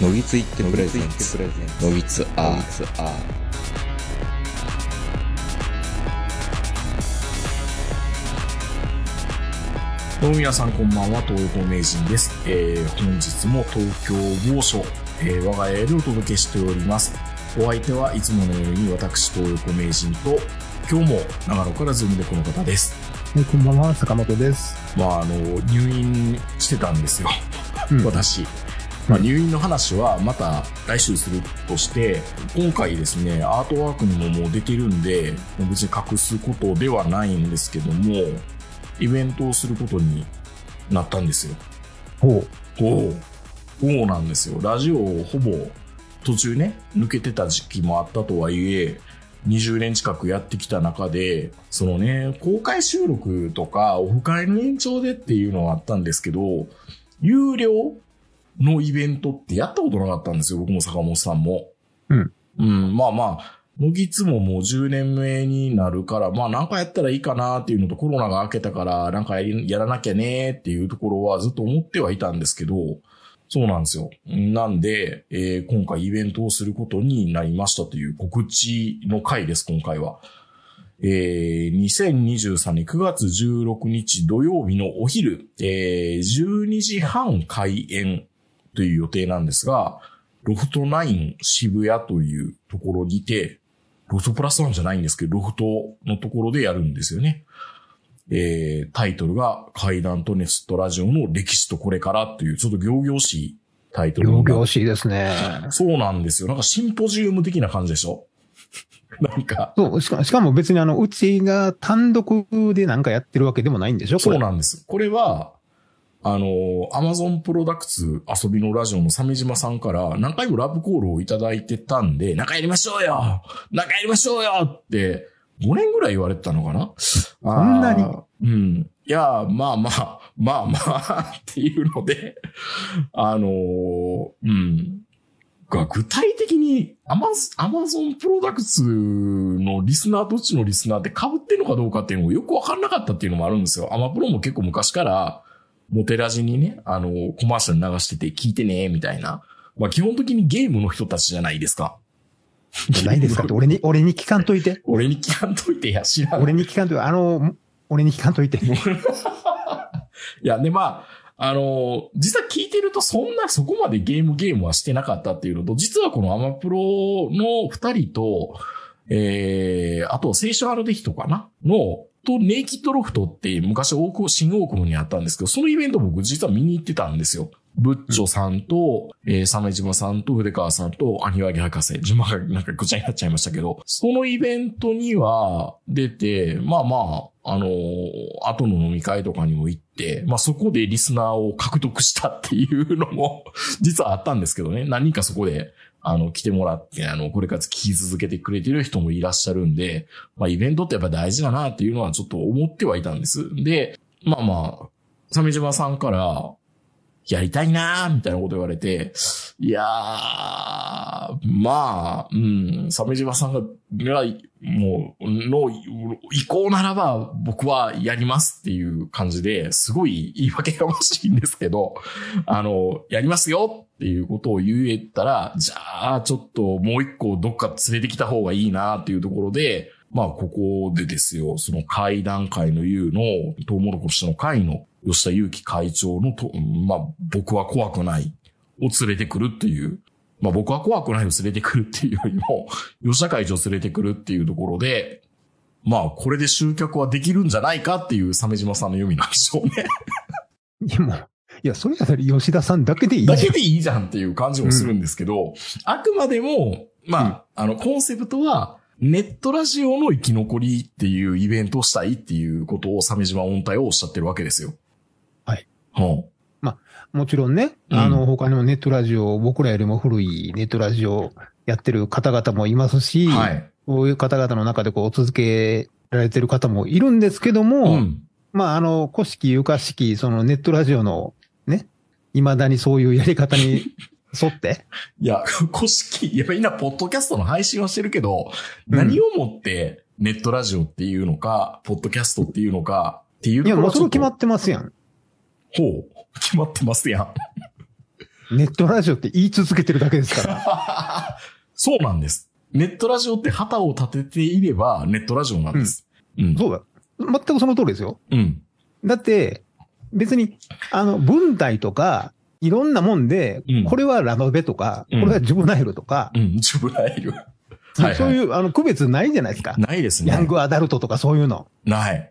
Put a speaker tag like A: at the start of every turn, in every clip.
A: のぎついってプレゼンツのぎつアーア
B: どうも皆さんこんばんは、東横名人です。えー、本日も東京某所、えー、我が家でお届けしております。お相手はいつものように私、東横名人と、今日も長野からズームでこの方です。
C: はいこんばんは、坂本です。
B: まあ、あの、入院してたんですよ、
C: うん
B: 私。まあ、入院の話はまた来週するとして、今回ですね、アートワークにももう出てるんで、もう別に隠すことではないんですけども、イベントをすることになったんですよ。
C: ほう。
B: おうそうなんですよラジオをほぼ途中ね抜けてた時期もあったとはいえ20年近くやってきた中でそのね公開収録とかオフ会の延長でっていうのはあったんですけど有料のイベントってやったことなかったんですよ僕も坂本さんも
C: うん、
B: うん、まあまあもぎつももう10年目になるから、まあなんかやったらいいかなっていうのとコロナが明けたから、なんかやりやらなきゃねっていうところはずっと思ってはいたんですけど、そうなんですよ。なんで、えー今回イベントをすることになりましたという告知の回です、今回は。えー、2023年9月16日土曜日のお昼、えー、12時半開演という予定なんですが、ロフト9渋谷というところにて、ロフトプラスワンじゃないんですけど、ロフトのところでやるんですよね。えー、タイトルが階段とネストラジオの歴史とこれからという、ちょっと行々しいタイトルにな
C: 行
B: って
C: 々しいですね。
B: そうなんですよ。なんかシンポジウム的な感じでしょ なんか、
C: そう、しかしかも別にあの、うちが単独でなんかやってるわけでもないんでしょこ
B: そ
C: れ
B: うなんです。これは、あの、アマゾンプロダクツ遊びのラジオの鮫島さんから何回もラブコールをいただいてたんで、仲やりましょうよ仲やりましょうよって、5年ぐらい言われてたのか なそ
C: んなに
B: うん。いや、まあまあ、まあまあ っていうので、あのーうん。が具体的にアマゾアマゾンプロダクツのリスナーどっちのリスナーって被ってんのかどうかっていうのがよくわかんなかったっていうのもあるんですよ。アマプロも結構昔から、モテラジにね、あのーコマーシャル流してて聞いてね、みたいな。まあ基本的にゲームの人たちじゃないですか。
C: ないですかって、俺に、俺に聞かんといて。
B: 俺に聞かんといてや、知らん
C: 俺に聞かんといて。あの、俺に聞かんといて。
B: いや、で、まあ、あのー実は聞いてるとそんなそこまでゲームゲームはしてなかったっていうのと、実はこのアマプロの二人と、えー、あと、青春アルデヒトかなの、と、ネイキッドロフトって昔大久保、新大久保にあったんですけど、そのイベント僕実は見に行ってたんですよ。ブッチョさんと、えー、鮫島さんと、筆川さんと、アニワギ博士。順番がなんかぐちゃになっちゃいましたけど、そのイベントには出て、まあまあ、あのー後の飲み会とかにも行って、まあそこでリスナーを獲得したっていうのも、 実はあったんですけどね、何人かそこで、あの、来てもらって、あの、これから聞き続けてくれてる人もいらっしゃるんで、まあ、イベントってやっぱ大事だなっていうのはちょっと思ってはいたんです。で、まあまあ、鮫島さんから、やりたいなーみたいなこと言われて、いやー、まあ、うん、鮫島さんが、がもう、の意向ならば僕はやりますっていう感じで、すごい言い訳がましいんですけど、 あの、やりますよっていうことを言えたら、じゃあ、ちょっともう一個どっか連れてきた方がいいなっていうところで、まあ、ここでですよ、その会談会の U の、トウモロコシの会の吉田祐樹会長のと、まあ、僕は怖くないを連れてくるっていう、まあ、僕は怖くないを連れてくるっていうよりも、吉田会長を連れてくるっていうところで、まあ、これで集客はできるんじゃないかっていう鮫島さんの読みなんでしょうね。
C: いや、もう、いや、それやったら吉田さんだけでいいじゃ
B: だ
C: ん
B: けでいいじゃんっていう感じもするんですけど、あくまでも、まあ、あの、コンセプトは、ネットラジオの生き残りっていうイベントをしたいっていうことを、鮫島音体をおっしゃってるわけですよ。
C: はい。
B: は
C: もちろんね、
B: うん
C: あの、他にもネットラジオ、僕らよりも古いネットラジオやってる方々もいますし、
B: あ、はい。
C: そういう方々の中でこう、続けられてる方もいるんですけども、
B: うん。
C: まあ、あの、古式、ゆか式、そのネットラジオのね、未だにそういうやり 方に沿って、
B: いや、 古式、やっぱり今、ポッドキャストの配信はしてるけど、
C: うん
B: 何をもってネットラジオっていうのか、ポッドキャストっていうのか、っていう
C: い
B: と
C: や、
B: ころ
C: もう
B: は
C: そ
B: ちょ
C: れ
B: っと
C: 決まってますやん。
B: ほう、決まってますやん。
C: ネットラジオって言い続けてるだけですから。
B: そうなんです。ネットラジオって旗を立てていれば、ネットラジオなんです。うん。
C: そうだ。全くその通りですよ。
B: うん。
C: だって、別に、あの、文体とか、いろんなもんで、
B: うん
C: これはラノベとか、
B: うん
C: これはジブナイルとか、
B: うん。ジブライル。は
C: そう
B: う。
C: いう、あの、区別ないじゃないですか。
B: ないです
C: ヤン
B: ね。
C: グアダルトとかそういうの。
B: ない。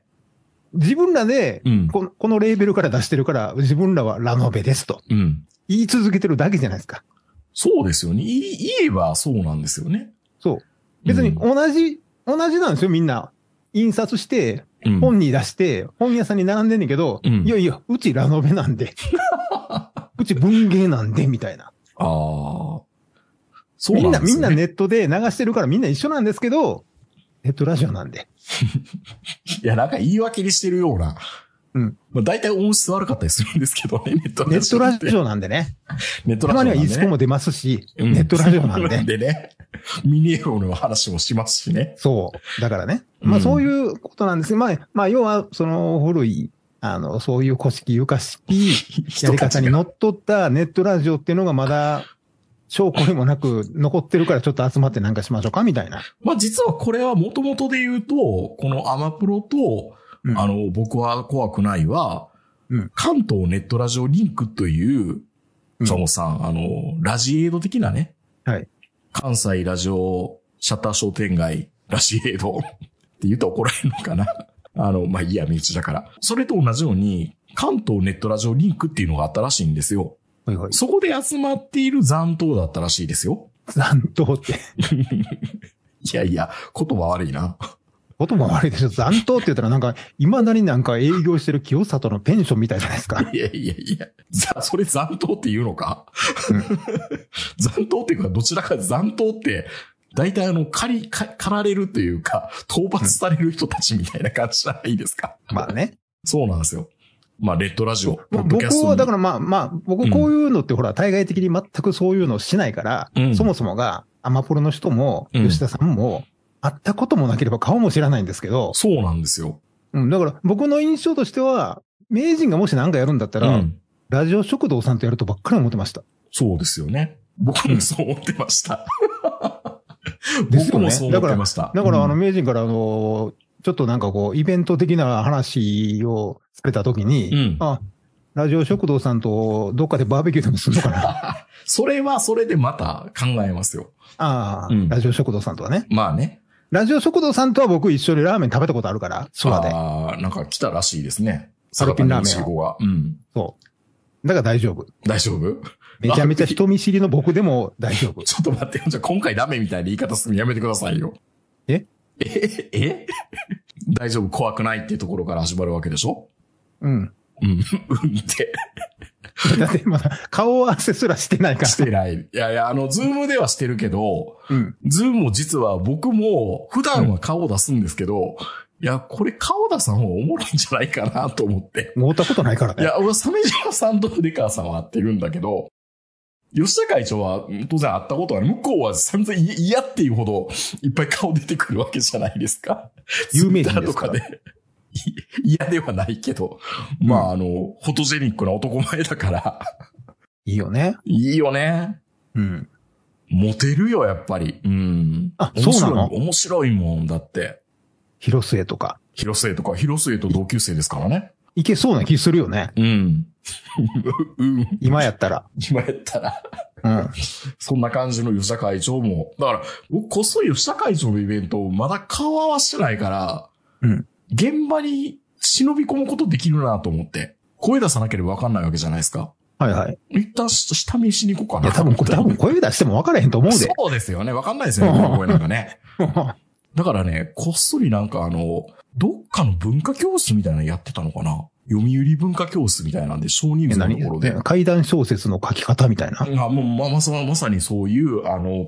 C: 自分らで、
B: うん
C: このこのレーベルから出してるから、自分らはラノベですと。
B: うん。
C: 言い続けてるだけじゃないですか。
B: そうですよね。い言えばそうなんですよね。
C: そう。別に
B: う
C: 同じ、同じなんですよ、みんな。印刷して、
B: うん
C: 本に出して、本屋さんに並んでんねんけど、
B: うん
C: いやいや、うちラノベなんで。 うち文芸なんで、みたいな。
B: ああ。そう
C: みん
B: な
C: な、
B: んで
C: み
B: す
C: んな
B: ね。
C: ネットで流してるからみんな一緒なんですけど、ネットラジオなんで。
B: いや、なんか言い訳にしてるような。
C: うん。
B: まあ大体音質悪かったりするんですけどね、ネット
C: ネ
B: ラ
C: ッ
B: ジ
C: ト
B: オ
C: ラ
B: っ
C: ジ
B: て。
C: オなんでね。
B: ネット
C: たま
B: ラジオ
C: には
B: なんでね。
C: イスコも出ますし、
B: うん
C: ネットラジオなん
B: なん
C: で。
B: でね。ミニエロの話もしますしね。
C: そう。だからね。ま
B: う
C: あ
B: ん
C: そういうことなんですけど、まあ、まあ要はその古い、あの、そういう古式、床式、や
B: 人
C: り方に
B: たちが
C: 乗っ取ったネットラジオっていうのがまだ、証拠にもなく残ってるからちょっと集まってなんかしましょうかみたいな。
B: まあ実はこれは元々で言うと、このアマプロと、
C: うん
B: あの、僕は怖くないは、
C: うん
B: 関東ネットラジオリンクという、
C: うん
B: そのさん、あの、ラジエイド的なね。
C: はい
B: 関西ラジオシャッター商店街ラジエイド って言うと怒られるのかな。あの、まあ、いいや、身内だから。それと同じように、関東ネットラジオリンクっていうのがあったらしいんですよ。
C: ほいほい。
B: そこで集まっている残党だったらしいですよ。
C: 残党って。
B: いやいや、言葉悪いな。
C: 言葉悪いでしょ。残党って言ったらなんか、未だになんか営業してる清里のペンションみたいじゃないです か。
B: いやいやいや。ざ、それ残党って言うの か、
C: うん
B: 残党っていうか、どちらか残党って、大体あの、狩り、か狩られるというか、討伐される人たちみたいな感じじゃないですか。
C: まあね。
B: そうなんですよ。まあ、レッドラジオ、ポ
C: まあ
B: ッド
C: 僕
B: キャスト。
C: はだかららまあまあ、僕こういうのってほら、対外的に全くそういうのをしないから、
B: うん
C: そもそもがアマポロの人も、
B: うん
C: 吉田さんも、会ったこともなければ顔も知らないんですけど、
B: そうなんですよ。
C: うん、だから僕の印象としては、名人がもし何かやるんだった
B: う
C: ら、
B: ん。
C: ラジオ食堂さんとやるとばっかり思ってました。
B: そうですよね。僕もそう思ってました。
C: ですよね
B: 僕もそう思ってました。
C: だからあの
B: うん
C: 名人からあの、ちょっとなんかこう、イベント的な話をされたときに、
B: うん
C: あ、ラジオ食堂さんとどっかでバーベキューでもするの かなあ
B: それはそれでまた考えますよ。
C: あ、
B: うん
C: ラジオ食堂さんとはね。
B: まあね。
C: ラジオ食堂さんとは僕一緒にラーメン食べたことあるから、そばで。
B: ああ、なんか来たらしいですね。
C: ハルピンラーメ
B: 坂
C: ンを
B: 田25が。うん。
C: そう。だから大丈夫。
B: 大丈夫
C: めちゃめちゃ人見知りの僕でも大丈夫。
B: ちょっと待ってよ。じゃあ今回ダメみたいな言い方するのやめてくださいよ。
C: え
B: ええ 大丈夫怖くないっていうところから始まるわけでしょ
C: うん。
B: うん。うんって。
C: だってまだ顔合わせすらしてないか
B: してない。いやいや、あの、ズームではしてるけど、
C: ら。うん。
B: ズームも実は僕も普段は顔出すんですけど、いや、これ顔出さん方がおもろいんじゃないかなと思って。
C: 会ったことないから
B: い
C: ね。
B: や、俺は鮫島さんと出川さんは会ってるんだけど、吉田会長は当然会ったことはある。向こうは散々い嫌っていうほどいっぱい顔出てくるわけじゃないですか。
C: 有名人
B: Twitter
C: で
B: と
C: すか
B: からで。い 嫌ではないけど、まあ、あの、フォトジェニックな男前だから、
C: いいよね。
B: いいよね。
C: うん。
B: モテるよ、やっぱり。うん。
C: あ
B: 面白い
C: そうなの
B: 面白いもんだって。
C: 広末とか。
B: 広末とか、広末と同級生ですからね。
C: いけそうな気するよね。
B: うん。 うん。
C: 今やったら。
B: 今やったら。
C: うん。
B: そんな感じの吉田会長も。だから、僕、こっそり吉田会長のイベント、まだ顔合わせてないから、
C: うん
B: 現場に忍び込むことできるなと思って。声出さなければ分かんないわけじゃないですか。
C: はいはい。
B: 一旦し、下見しに行こう
C: い
B: か
C: や、
B: な。
C: 多分、これ多分声出しても分からへんと思うで。
B: そうですよね。分かんないですよね、この声なんかね。
C: う
B: だからね、こっそりなんかあの、どっかの文化教室みたいなのやってたのかな読売文化教室みたいなんで、少人数のと
C: 何
B: ころで。
C: 階段小説の書き方みたいな。
B: あもうま、まさ、まさにそういう、あの、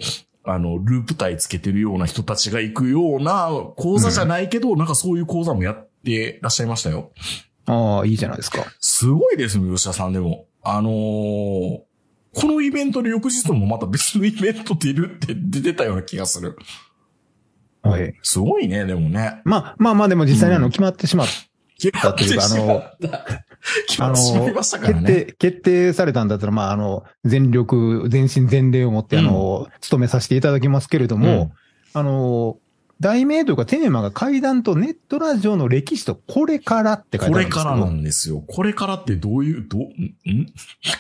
B: あの、ループ体つけてるような人たちが行くような講座じゃないけど、なんかそういう講座もやってらっしゃいましたよ。
C: ああ、いいじゃないですか。
B: すごいですね、吉田さんでも。あのーこのイベントで翌日もまた別のイベント出るって出てたような気がする。
C: はい。
B: すごいね、でもね。
C: まあまあまあ、でも実際にあ
B: う
C: の、
B: ん
C: 決まってしまったというか、あの、
B: 決
C: あ
B: ま
C: の
B: ってしまいましたから
C: 決
B: ね。
C: 定、決定されたんだったら、まあ、あの、全力、全身全霊を持って、あの、務めさせていただきますけれども、あの、題名というかテーマが階段とネットラジオの歴史とこれからって書いて
B: こ
C: ある
B: れ
C: んですけ
B: か
C: ど。
B: らなんですよ。これからってどういう、どう、ん ん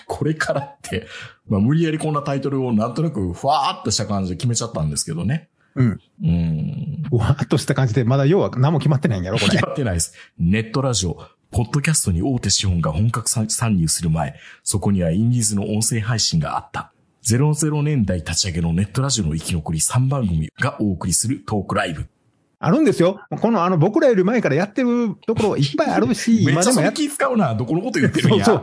B: これからって、まあ無理やりこんなタイトルをなんとなくふわーっとした感じで決めちゃったんですけどね。
C: うん。
B: うん。
C: うわーっとした感じで、まだ要は何も決まってないんやろ、これ
B: 決。まってないです。ネットラジオ、ポッドキャストに大手資本が本格参参入する前、そこにはインディーズの音声配信があった。00年代立ち上げのネットラジオの生き残り3番組がお送りするトークライブ。
C: あるんですよ。このあの僕らより前からやってるところいっぱいあるし、
B: めっ
C: 今
B: ち
C: で
B: ゃ
C: も
B: そ
C: や
B: れ
C: っ
B: 気使うな。どこのこと言ってるんや。
C: そ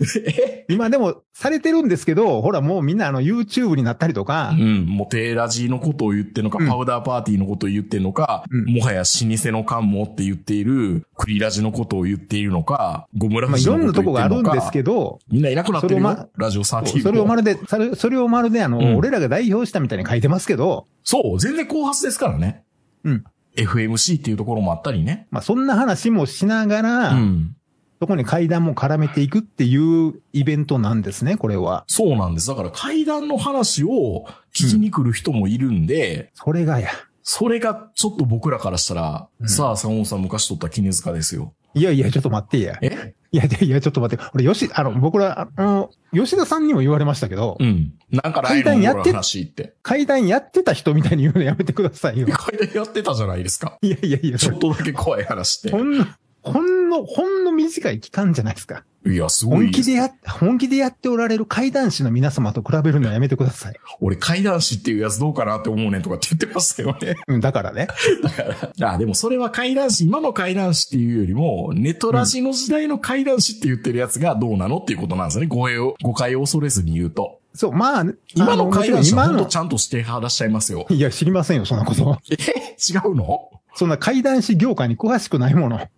C: うそ
B: え
C: 今でもされてるんですけど、ほらもうみんなあの YouTube になったりとか
B: う、ん、もうテーラジのことを言ってんのか、
C: うん
B: パウダーパーティーのことを言ってんのか、
C: うん
B: もはや老舗の感もって言っている、クリラジのことを言っているのか、ゴムラ
C: まあ
B: フ
C: い
B: ジの
C: ろ
B: こ
C: ん
B: とを
C: なとこがあ
B: 言ってい
C: るん
B: るのか、
C: ですけど、
B: みんないなくなってるよ、
C: それをま
B: ラジオ
C: そう
B: 35。
C: それをまるで、それそれをまるであの、
B: うん
C: 俺らが代表したみたいに書いてますけど、
B: そう、全然後発ですからね。
C: うん。
B: FMC っていうところもあったりね。
C: まあそんな話もしながら、
B: うん。
C: そこに階段も絡めていくっていうイベントなんですね、これは。
B: そうなんです。だから階段の話を聞きに来る人もいるんで、
C: それがや。
B: それがちょっと僕らからしたら、
C: うん
B: さあ、サモンさん昔取った絹塚ですよ。
C: いやいや、ちょっと待ってや。
B: え
C: いやいやいや、ちょっと待って。俺、吉、あの、僕ら、あの、吉田さんにも言われましたけど、
B: うん。なんかライブ
C: 階段や
B: の
C: って
B: 話って。
C: 階段やってた人みたいに言うのやめてく ださいよ。
B: 階段やってたじゃないですか。
C: いやいやいや、
B: ちょっとだけ怖い話っ
C: ほんの、ほんの、ほんの短い期間じゃないですか。
B: て。いや、すご
C: 本
B: い
C: 気。でや、本気でやっておられる怪談師の皆様と比べるのはやめてください。
B: 俺階段師っていうやつどうかなって思うねんとかって言ってましたよね。
C: うん、だからね。
B: あ、でもそれは怪談師、今の怪談師っていうよりも、ネトラジの時代の怪談師って言ってるやつがどうなのっていうことなんですよね。誤解を、誤解を恐れずに言うと。
C: そう、まあ、
B: 今の怪談師は
C: あ
B: ほん
C: も
B: と
C: ち
B: ちゃんとしてはらっしゃいます よ。
C: ろんいや、知りませんよ、そんなこと。
B: え違うの
C: そんな怪談師業界に詳しくないもの。
B: あー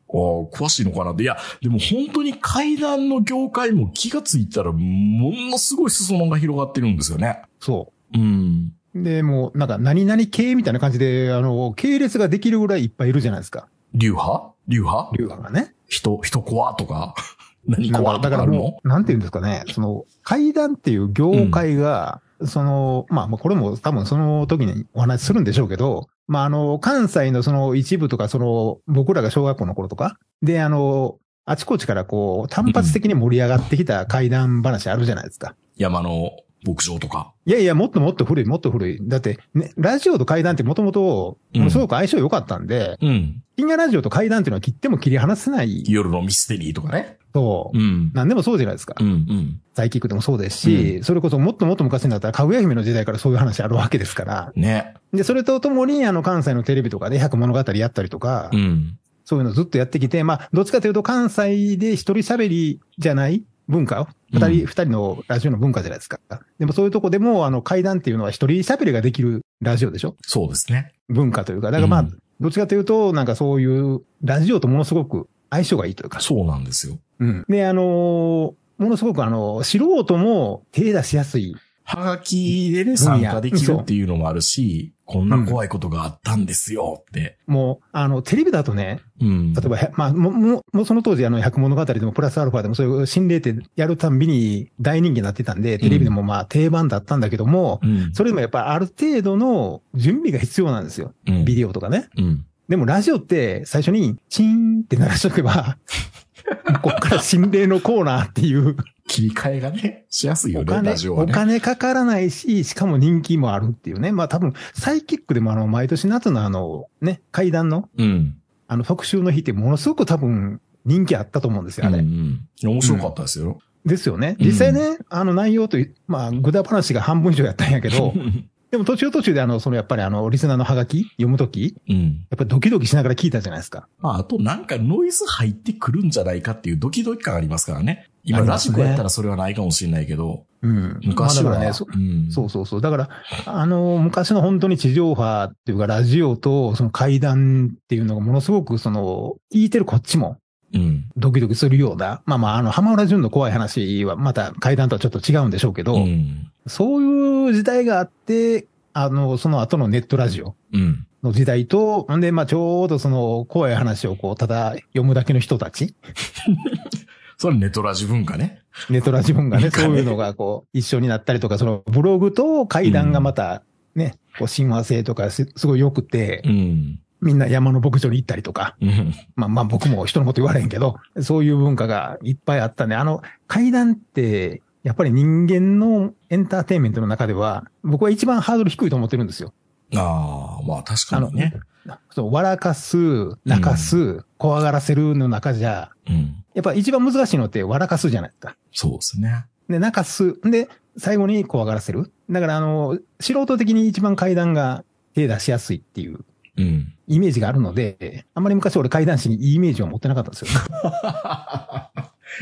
B: 詳しいのかなって。いや、でも本当に怪談の業界も気がついたら、ものすごい裾野が広がってるんですよね。
C: そ
B: うん。
C: う。で、もう、なんか、何々系みたいな感じで、あの、系列ができるぐらいいっぱいいるじゃないですか。
B: 流派流派
C: 流派がね。
B: 人、人怖とか何
C: なん
B: 怖
C: か、
B: と
C: だか
B: からあるの
C: もう、なんていうんですかね、その、階段っていう業界が、その、まあ、まあこれも多分その時にお話しするんでしょうけど、まあ、あの、関西のその一部とか、その、僕らが小学校の頃とか、で、あの、あちこちからこう、単発的に盛り上がってきた階段話あるじゃないですか。
B: 山の牧場とか。
C: いやいや、もっともっと古い、もっと古い。だって、ね、ラジオと階段ってもともと、
B: うん
C: すごく相性良かったんで、
B: うん。
C: 深夜ラジオと階段っていうのは切っても切り離せない
B: 夜のミステリーとかね。
C: と、
B: うん。
C: 何でもそうじゃないですか。
B: うんうん。
C: サイキックでもそうですし、それこそもっともっと昔になったら、かぐや姫の時代からそういう話あるわけですから。
B: ね。
C: で、それとともに、あの、関西のテレビとかで百物語やったりとか、
B: うん。
C: そういうのずっとやってきて、まあ、どっちかというと関西で一人喋りじゃない文化を、二人、
B: うん
C: 二人のラジオの文化じゃないですか。でもそういうとこでも、あの、階段っていうのは一人喋りができるラジオでしょ
B: そうですね。
C: 文化というか。だからまあ、
B: うん
C: どっちかというと、なんかそういう、ラジオとものすごく相性がいいというか。
B: そうなんですよ。
C: うん。で、あのーものすごくあの、素人も手出しやすい
B: はがきでね、参加できるっていうのもあるし、こんな怖いことがあったんですよって。
C: もう、あの、テレビだとね、
B: うん。
C: 例えば、へまあ、もう、もう、もうその当時、あの、百物語でもプラスアルファでもそういう心霊ってやるたんびに大人気になってたんで、テレビでもまあ定番だったんだけども、
B: うん。
C: それでもやっぱある程度の準備が必要なんですよ。
B: うん
C: ビデオとかね。
B: うん。
C: でもラジオって最初にチーンって鳴らしと けば、こっから心霊のコーナーっていう、
B: 切り替えがね、しやすいよ
C: お
B: ね、
C: 金、
B: ラジオは
C: お
B: ね。
C: 金かからないし、しかも人気もあるっていうね。まあ多分、サイキックでもあの、毎年夏のあの、ね、階段の
B: うん。
C: あの、特集の日ってものすごく多分人気あったと思うんですよ、あれ。
B: うんうん面白かったですよ。
C: ですよね。
B: うん
C: 実際ね、あの内容とい、まあ、ぐだ話が半分以上やったんやけ ど、でも途中途中であの、そのやっぱりあの、リスナーのハガキ読むとき、
B: うん。
C: やっぱりドキドキしながら聞いたじゃないですか。
B: まあ、あとなんかノイズ入ってくるんじゃないかっていうドキドキ感ありますからね。今、
C: あり
B: ラ
C: ま
B: ジ
C: すね
B: コやったらそれはないかもしれないけど、
C: うん。
B: 昔は。
C: まあだからね、そ
B: うん
C: そうそうそう。だから、あの、昔の本当に地上波っていうか、ラジオと、その階段っていうのがものすごく、その、聞いてるこっちも、
B: うん。
C: ドキドキするような、まあまあ、あの、浜浦淳の怖い話は、また階段とはちょっと違うんでしょうけど、
B: うん。
C: そういう時代があって、あの、その後のネットラジオ
B: うん。
C: の時代と、んで、まあ、ちょうどその、怖い話をこう、ただ読むだけの人たち
B: それネトラジ文化ね。
C: ネトラジ文が
B: な
C: ね、
B: んかね
C: そういうのがこう、一緒になったりとか、そのブログと階段がまた、ね、こう親和性とかすすごい良くて
B: う、ん。
C: みんな山の牧場に行ったりとか、
B: うん。
C: まあまあ僕も人のこと言われへんけど、そういう文化がいっぱいあったね。あの、階段って、やっぱり人間のエンターテインメントの中では、僕は一番ハードル低いと思ってるんですよ。
B: ああ、まあ確かにね。
C: そう、笑かす、泣かす、怖がらせるの中じゃ、
B: うん。
C: やっぱ一番難しいのって笑かすじゃないですか。
B: そうですね。
C: で、泣かす。で、最後に怖がらせる。だから、あの、素人的に一番階段が手出しやすいっていう
B: うん。
C: イメージがあるので、あんまり昔俺階段師にいいイメージを持ってなかった んですよ。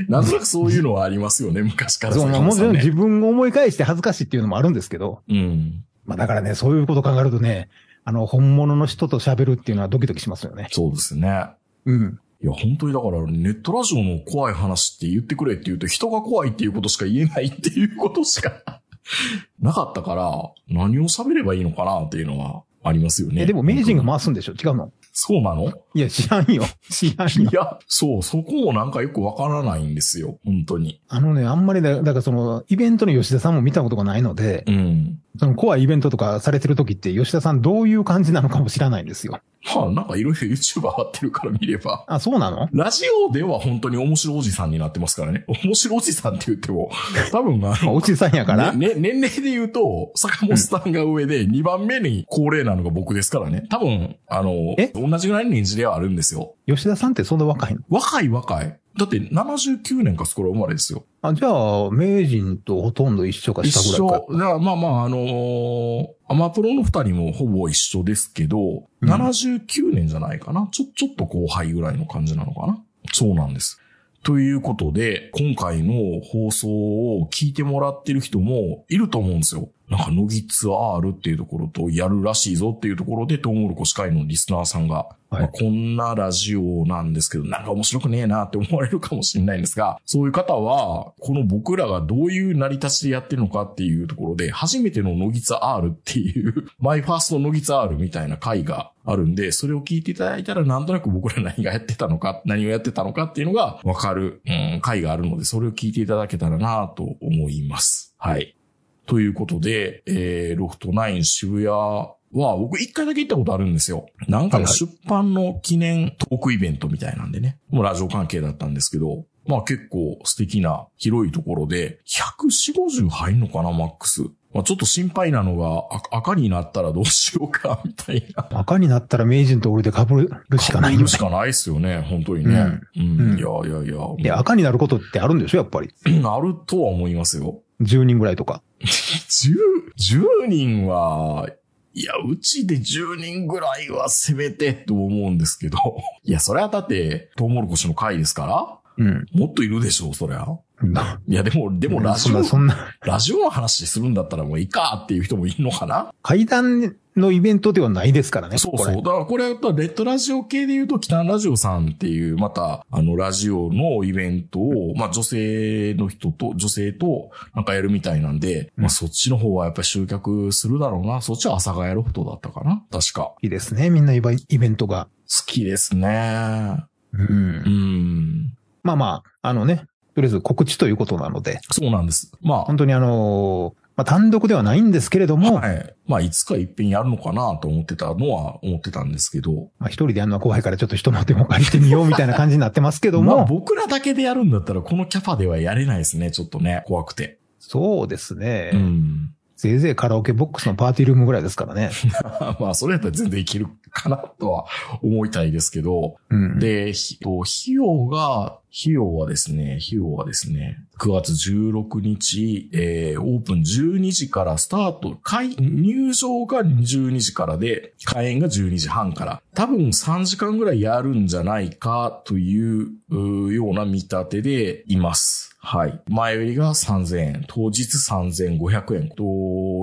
B: なんとなくそういうのはありますよね、昔から。
C: そう、まあもちろん
B: ね
C: 自分を思い返して恥ずかしいっていうのもあるんですけど、
B: うん。
C: まあだからね、そういうこと考えるとね、あの、本物の人と喋るっていうのはドキドキしますよね。
B: そうですね。
C: うん。
B: いや、本当にだから、ネットラジオの怖い話って言ってくれって言うと、人が怖いっていうことしか言えないっていうことしか なかったから、何を喋ればいいのかなっていうのはありますよね。
C: え、でも名人が回すんでしょ違うの
B: そうなの
C: いや、知らんよ。知らん
B: い
C: よ。
B: や、そう、そこもなんかよくわからないんですよ、本当に。
C: あのね、あんまりだ、だからその、イベントの吉田さんも見たことがないので、
B: うん。
C: その怖いイベントとかされてる時って、吉田さんどういう感じなのかも知らないんですよ。
B: まあ、なんかいろいろ YouTube 上がってるから見れば。
C: あ、そうなの
B: ラジオでは本当に面白おじさんになってますからね。面白おじさんって言っても、多分あ
C: まあ
B: の、
C: おじさんやから。
B: ね、ね年齢で言うと、坂本さんが上で、2番目に高齢なのが僕ですからね。多分、あの
C: え、
B: 同じぐらいの年次ではあるんですよ。
C: 吉田さんってそんな若いの
B: 若い若い。だって79年かそこら生まれですよ。
C: あ、じゃあ、名人とほとんど一緒か
B: 一
C: 下ぐらいか
B: 緒。。だからまあまあ、あのーアマプロの二人もほぼ一緒ですけど、
C: うん
B: 79年じゃないかな。ちょ、ちょっと後輩ぐらいの感じなのかな。そうなんです。ということで、今回の放送を聞いてもらってる人もいると思うんですよ。なんか、ノギツ R っていうところと、やるらしいぞっていうところで、トウモロコシ会のリスナーさんが、
C: はい
B: まあこんなラジオなんですけど、なんか面白くねえなって思われるかもしれないんですが、そういう方は、この僕らがどういう成り立ちでやってるのかっていうところで、初めてのノギツ R っていう、 マイファーストノギツ R みたいな回があるんで、それを聞いていただいたら、なんとなく僕ら何がやってたのか、何をやってたのかっていうのがわかる、うん、回があるので、それを聞いていただけたらなと思います。はい。ということで、えー、ロフトナイン渋谷は、僕一回だけ行ったことあるんですよ。なんかの
C: はいはい
B: 出版の記念トークイベントみたいなんでね。もうラジオ関係だったんですけど、まあ結構素敵な広いところで、140、50入んのかな、マックス。まあちょっと心配なのが、あ赤になったらどうしようか、 みたいな。
C: 赤になったら名人と俺で被るしかないよ
B: る
C: ね
B: し。かないですよね、本当にね。うん。
C: うん
B: いやいやいや。
C: で、赤になることってあるんでしょやっぱり。
B: なるとは思いますよ。
C: 10人ぐらいとか。
B: 10、10人は、いや、うちで10人ぐらいはせめてと思うんですけど。 いや、それはだって、トウモロコシの会ですか
C: うん。
B: らもっといるでしょう、そりゃ。
C: ない
B: や、でも、でもラジ
C: そん
B: オ
C: な、、そんな、
B: ラジオの話するんだったらもういいかっていう人もいるのかな
C: 階段のイベントではないですからね。
B: そう
C: こ
B: そう。
C: れ
B: だからこれ、レッドラジオ系で言うと、北ラジオさんっていう、また、あの、ラジオのイベントを、まあ、女性の人と、女性と、なんかやるみたいなんで、まあ、そっちの方はやっぱり集客するだろうな。そっちは朝がやることだったかな確か。
C: いいですね。みんなイベイベントが。
B: 好きですね。
C: う。
B: うんん。
C: まあまあ、あのね、とりあえず告知ということなので、
B: そうなんです。ま
C: 本当にあのーまあ単独ではないんですけれど
B: あ、
C: も、
B: はい。まあ、いつか一遍やるのかなと思ってたのは思ってたんですけど、
C: まあ一人でやるのは怖いからちょっと人の手も借りてみようみたいな感じになってますけども、
B: まあ、僕らだけでやるんだったら、このキャパではやれないですね。ちょっとね、怖くて。
C: そうですね、
B: うん。
C: せいぜいカラオケボックスのパーティールームぐらいですからね。
B: まあ、それやったら全然いけるかなとは思いたいですけど。
C: うん、
B: で、ひと費用が、費用はですね、費用はですね、9月16日、えー、オープン12時からスタート、開、入場が12時からで、開演が12時半から。多分3時間ぐらいやるんじゃないかという、うーような見立てでいます。はい。前売りが3000円、当日3500円。と、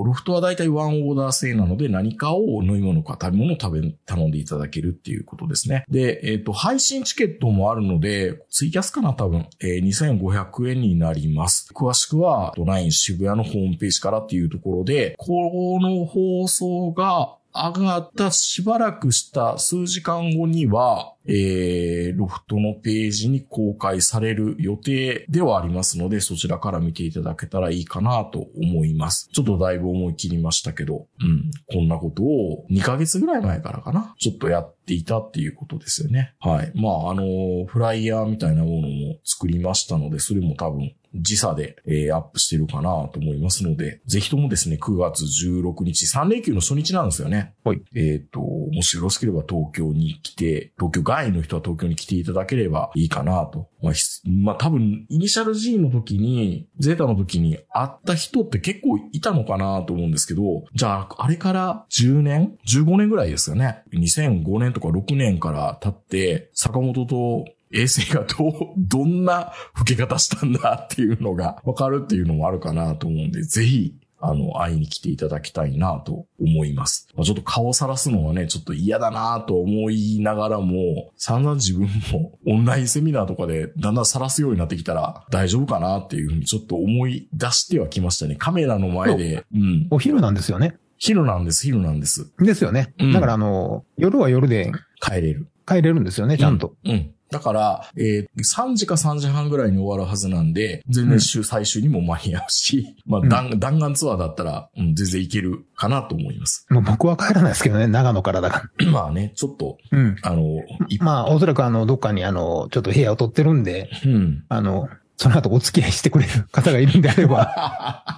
B: ロフトはだいたいワンオーダー制なので何かを飲み物か食べ物を食べ、頼んでいただけるっていうことですね。で、えっ、と、配信チケットもあるので、ツイキャスかな多分、えー2500円になります。詳しくは、ドライン渋谷のホームページからっていうところで、この放送が、上がったしばらくした数時間後には、えー、ロフトのページに公開される予定ではありますので、そちらから見ていただけたらいいかなと思います。ちょっとだいぶ思い切りましたけど、うん、こんなことを2ヶ月ぐらい前からかな、ちょっとやっていたっていうことですよね。はい。まあ、あの、フライヤーみたいなものも作りましたので、それも多分時差で、えーアップしてるかなと思いますので、ぜひともですね、9月16日、3連休の初日なんですよね。
C: はい。
B: えっ、と、もしよろしければ東京に来て、東京外の人は東京に来ていただければいいかなと。まあ、ひまあ、多分、イニシャル G の時に、ゼータの時に会った人って結構いたのかなと思うんですけど、じゃあ、あれから10年 ?15 年ぐらいですよね。2005年とか6年から経って、坂本と衛星がどう、どんな吹け方したんだっていうのがわかるっていうのもあるかなと思うんで、ぜひ、あの、会いに来ていただきたいなと思います。まあ、ちょっと顔さらすのはね、ちょっと嫌だなと思いながらも、散々自分もオンラインセミナーとかでだんだんさらすようになってきたら大丈夫かなっていうふうにちょっと思い出してはきましたね。カメラの前で、うん。
C: お昼なんですよね。
B: 昼なんです、昼なんです。
C: ですよね。
B: うん
C: だから、あの、夜は夜で
B: 帰れる。
C: 帰れるんですよね、ちゃんと。
B: うん。うんだから、えー3時か3時半ぐらいに終わるはずなんで、全然週、最終にも間に合うし、まあ、
C: うん
B: 弾弾丸ツアーだったら、うん、全然いけるかなと思います。
C: もう僕は帰らないですけどね、長野からだか
B: まあね、ちょっと、
C: ら。うん。
B: あの、い
C: まあ、おそらくあの、どっかにあの、ちょっと部屋を取ってるんで、
B: うん。
C: あの、その後お付き合いしてくれる方がいるんであれば。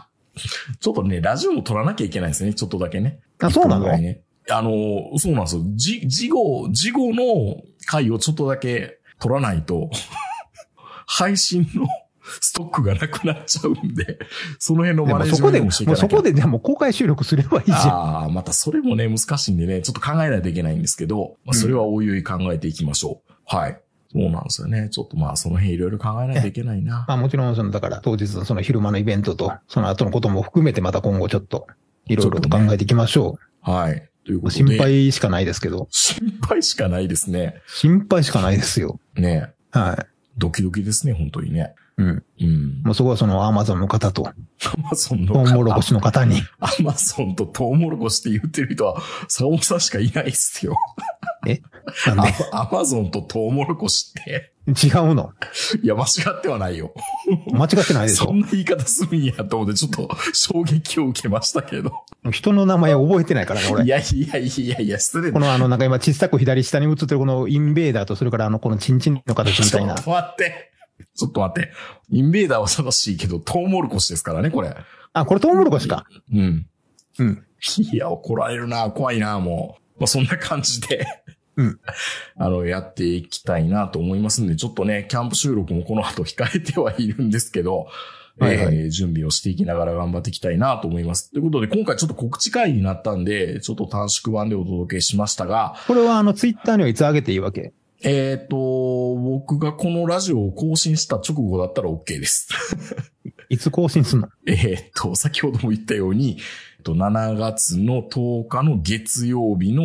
B: ちょっとね、ラジオも撮らなきゃいけないですね、ちょっとだけね。
C: あ、そうな
B: 一分ぐ
C: の
B: らいねあの、そうなんですよ。じ、事後、事後の回をちょっとだけ取らないと、 配信のストックがなくなっちゃうんで、その辺の
C: で
B: マ
C: も
B: ネージメ
C: そこ
B: ン
C: で、
B: ト
C: も
B: もしていか
C: う
B: なきゃ
C: そこででも公開収録すればいいじゃん。
B: ああ、またそれもね、難しいんでね、ちょっと考えないといけないんですけど、まあ、それはおいおい考えていきましょう。はい。そうなんですよね。ちょっとまあ、その辺いろいろ考えないといけないな。
C: まあもちろん、その、だから当日のその昼間のイベントと、その後のことも含めてまた今後ちょっと、いろいろと考えていきましょ
B: はい。という
C: う。
B: ことで。
C: 心。配しかないですけど、
B: 心配しかないですね。
C: 心配しかないですよ。
B: ね
C: は
B: ドキドキですね、本当にね。
C: い。うん。
B: うん。
C: もうそこはそのアマゾンの方と、
B: アマゾンの
C: トウモロコシの方 に、
B: アマゾンとトウモロコシって言ってる人は、坂本さんしかいないっすよ。
C: なんで、
B: アアマゾンとトウモロコシって、
C: 違うの。
B: いや、間違ってはないよ。
C: 間違ってないでし
B: そ
C: ょ。
B: んな言い方するんやと思って、ちょっと衝撃を受けましたけど。
C: 人の名前覚えてないからね、
B: い
C: 俺。
B: やいやいやいや、失礼
C: このあの、なんか今小さく左下に映ってるこのインベーダーと、それからあの、このチンチンの形み
B: ち
C: たい
B: ょ
C: な
B: っ。と待って。ちょっと待って。インベーダーは正しいけど、トウモロコシですからね、これ。
C: あ、これトウモロコシか。
B: うん。
C: うん。
B: いや、怒られるな、怖いな、もう。まあ、そんな感じで。
C: うん。
B: あの、やっていきたいなと思いますんで、ちょっとね、キャンプ収録もこの後控えてはいるんですけど、
C: はいはい
B: えー準備をしていきながら頑張っていきたいなと思います。ということで、今回ちょっと告知会になったんで、ちょっと短縮版でお届けしましたが、
C: これはあの、ツイッターにはいつ上げていいわけ
B: えっ、と、僕がこのラジオを更新した直後だったら OK です。
C: いつ更新すんの
B: えーっと、先ほども言ったように、えっと7月の10日の月曜日の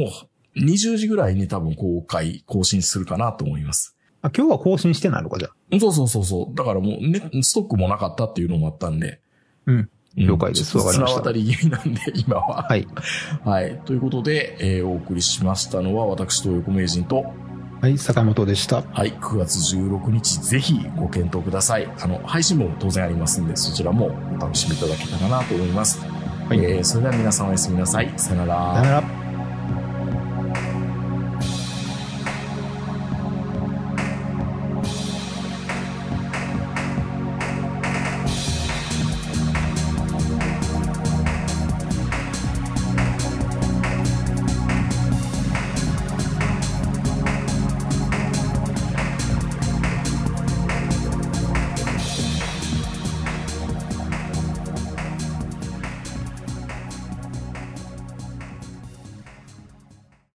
B: 20時ぐらいに多分公開、更新するかなと思います。
C: あ、今日は更新してないのか、じゃあ。
B: そうそうそうそう。だからもうね、ストックもなかったっていうのもあったんで。
C: うん。
B: うん
C: 了解です
B: ちょっと
C: わかりました
B: 綱渡り気味なんで、今は。
C: はい。
B: はい。ということで、えーお送りしましたのは、私と横名人と、
C: はい、坂本でした。
B: はい、9月16日、ぜひご検討ください。あの、配信も当然ありますんで、そちらもお楽しみいただけたらなと思います。
C: はい。
B: えーそれでは皆さんおやすみなさい。さよなら
C: さよなら。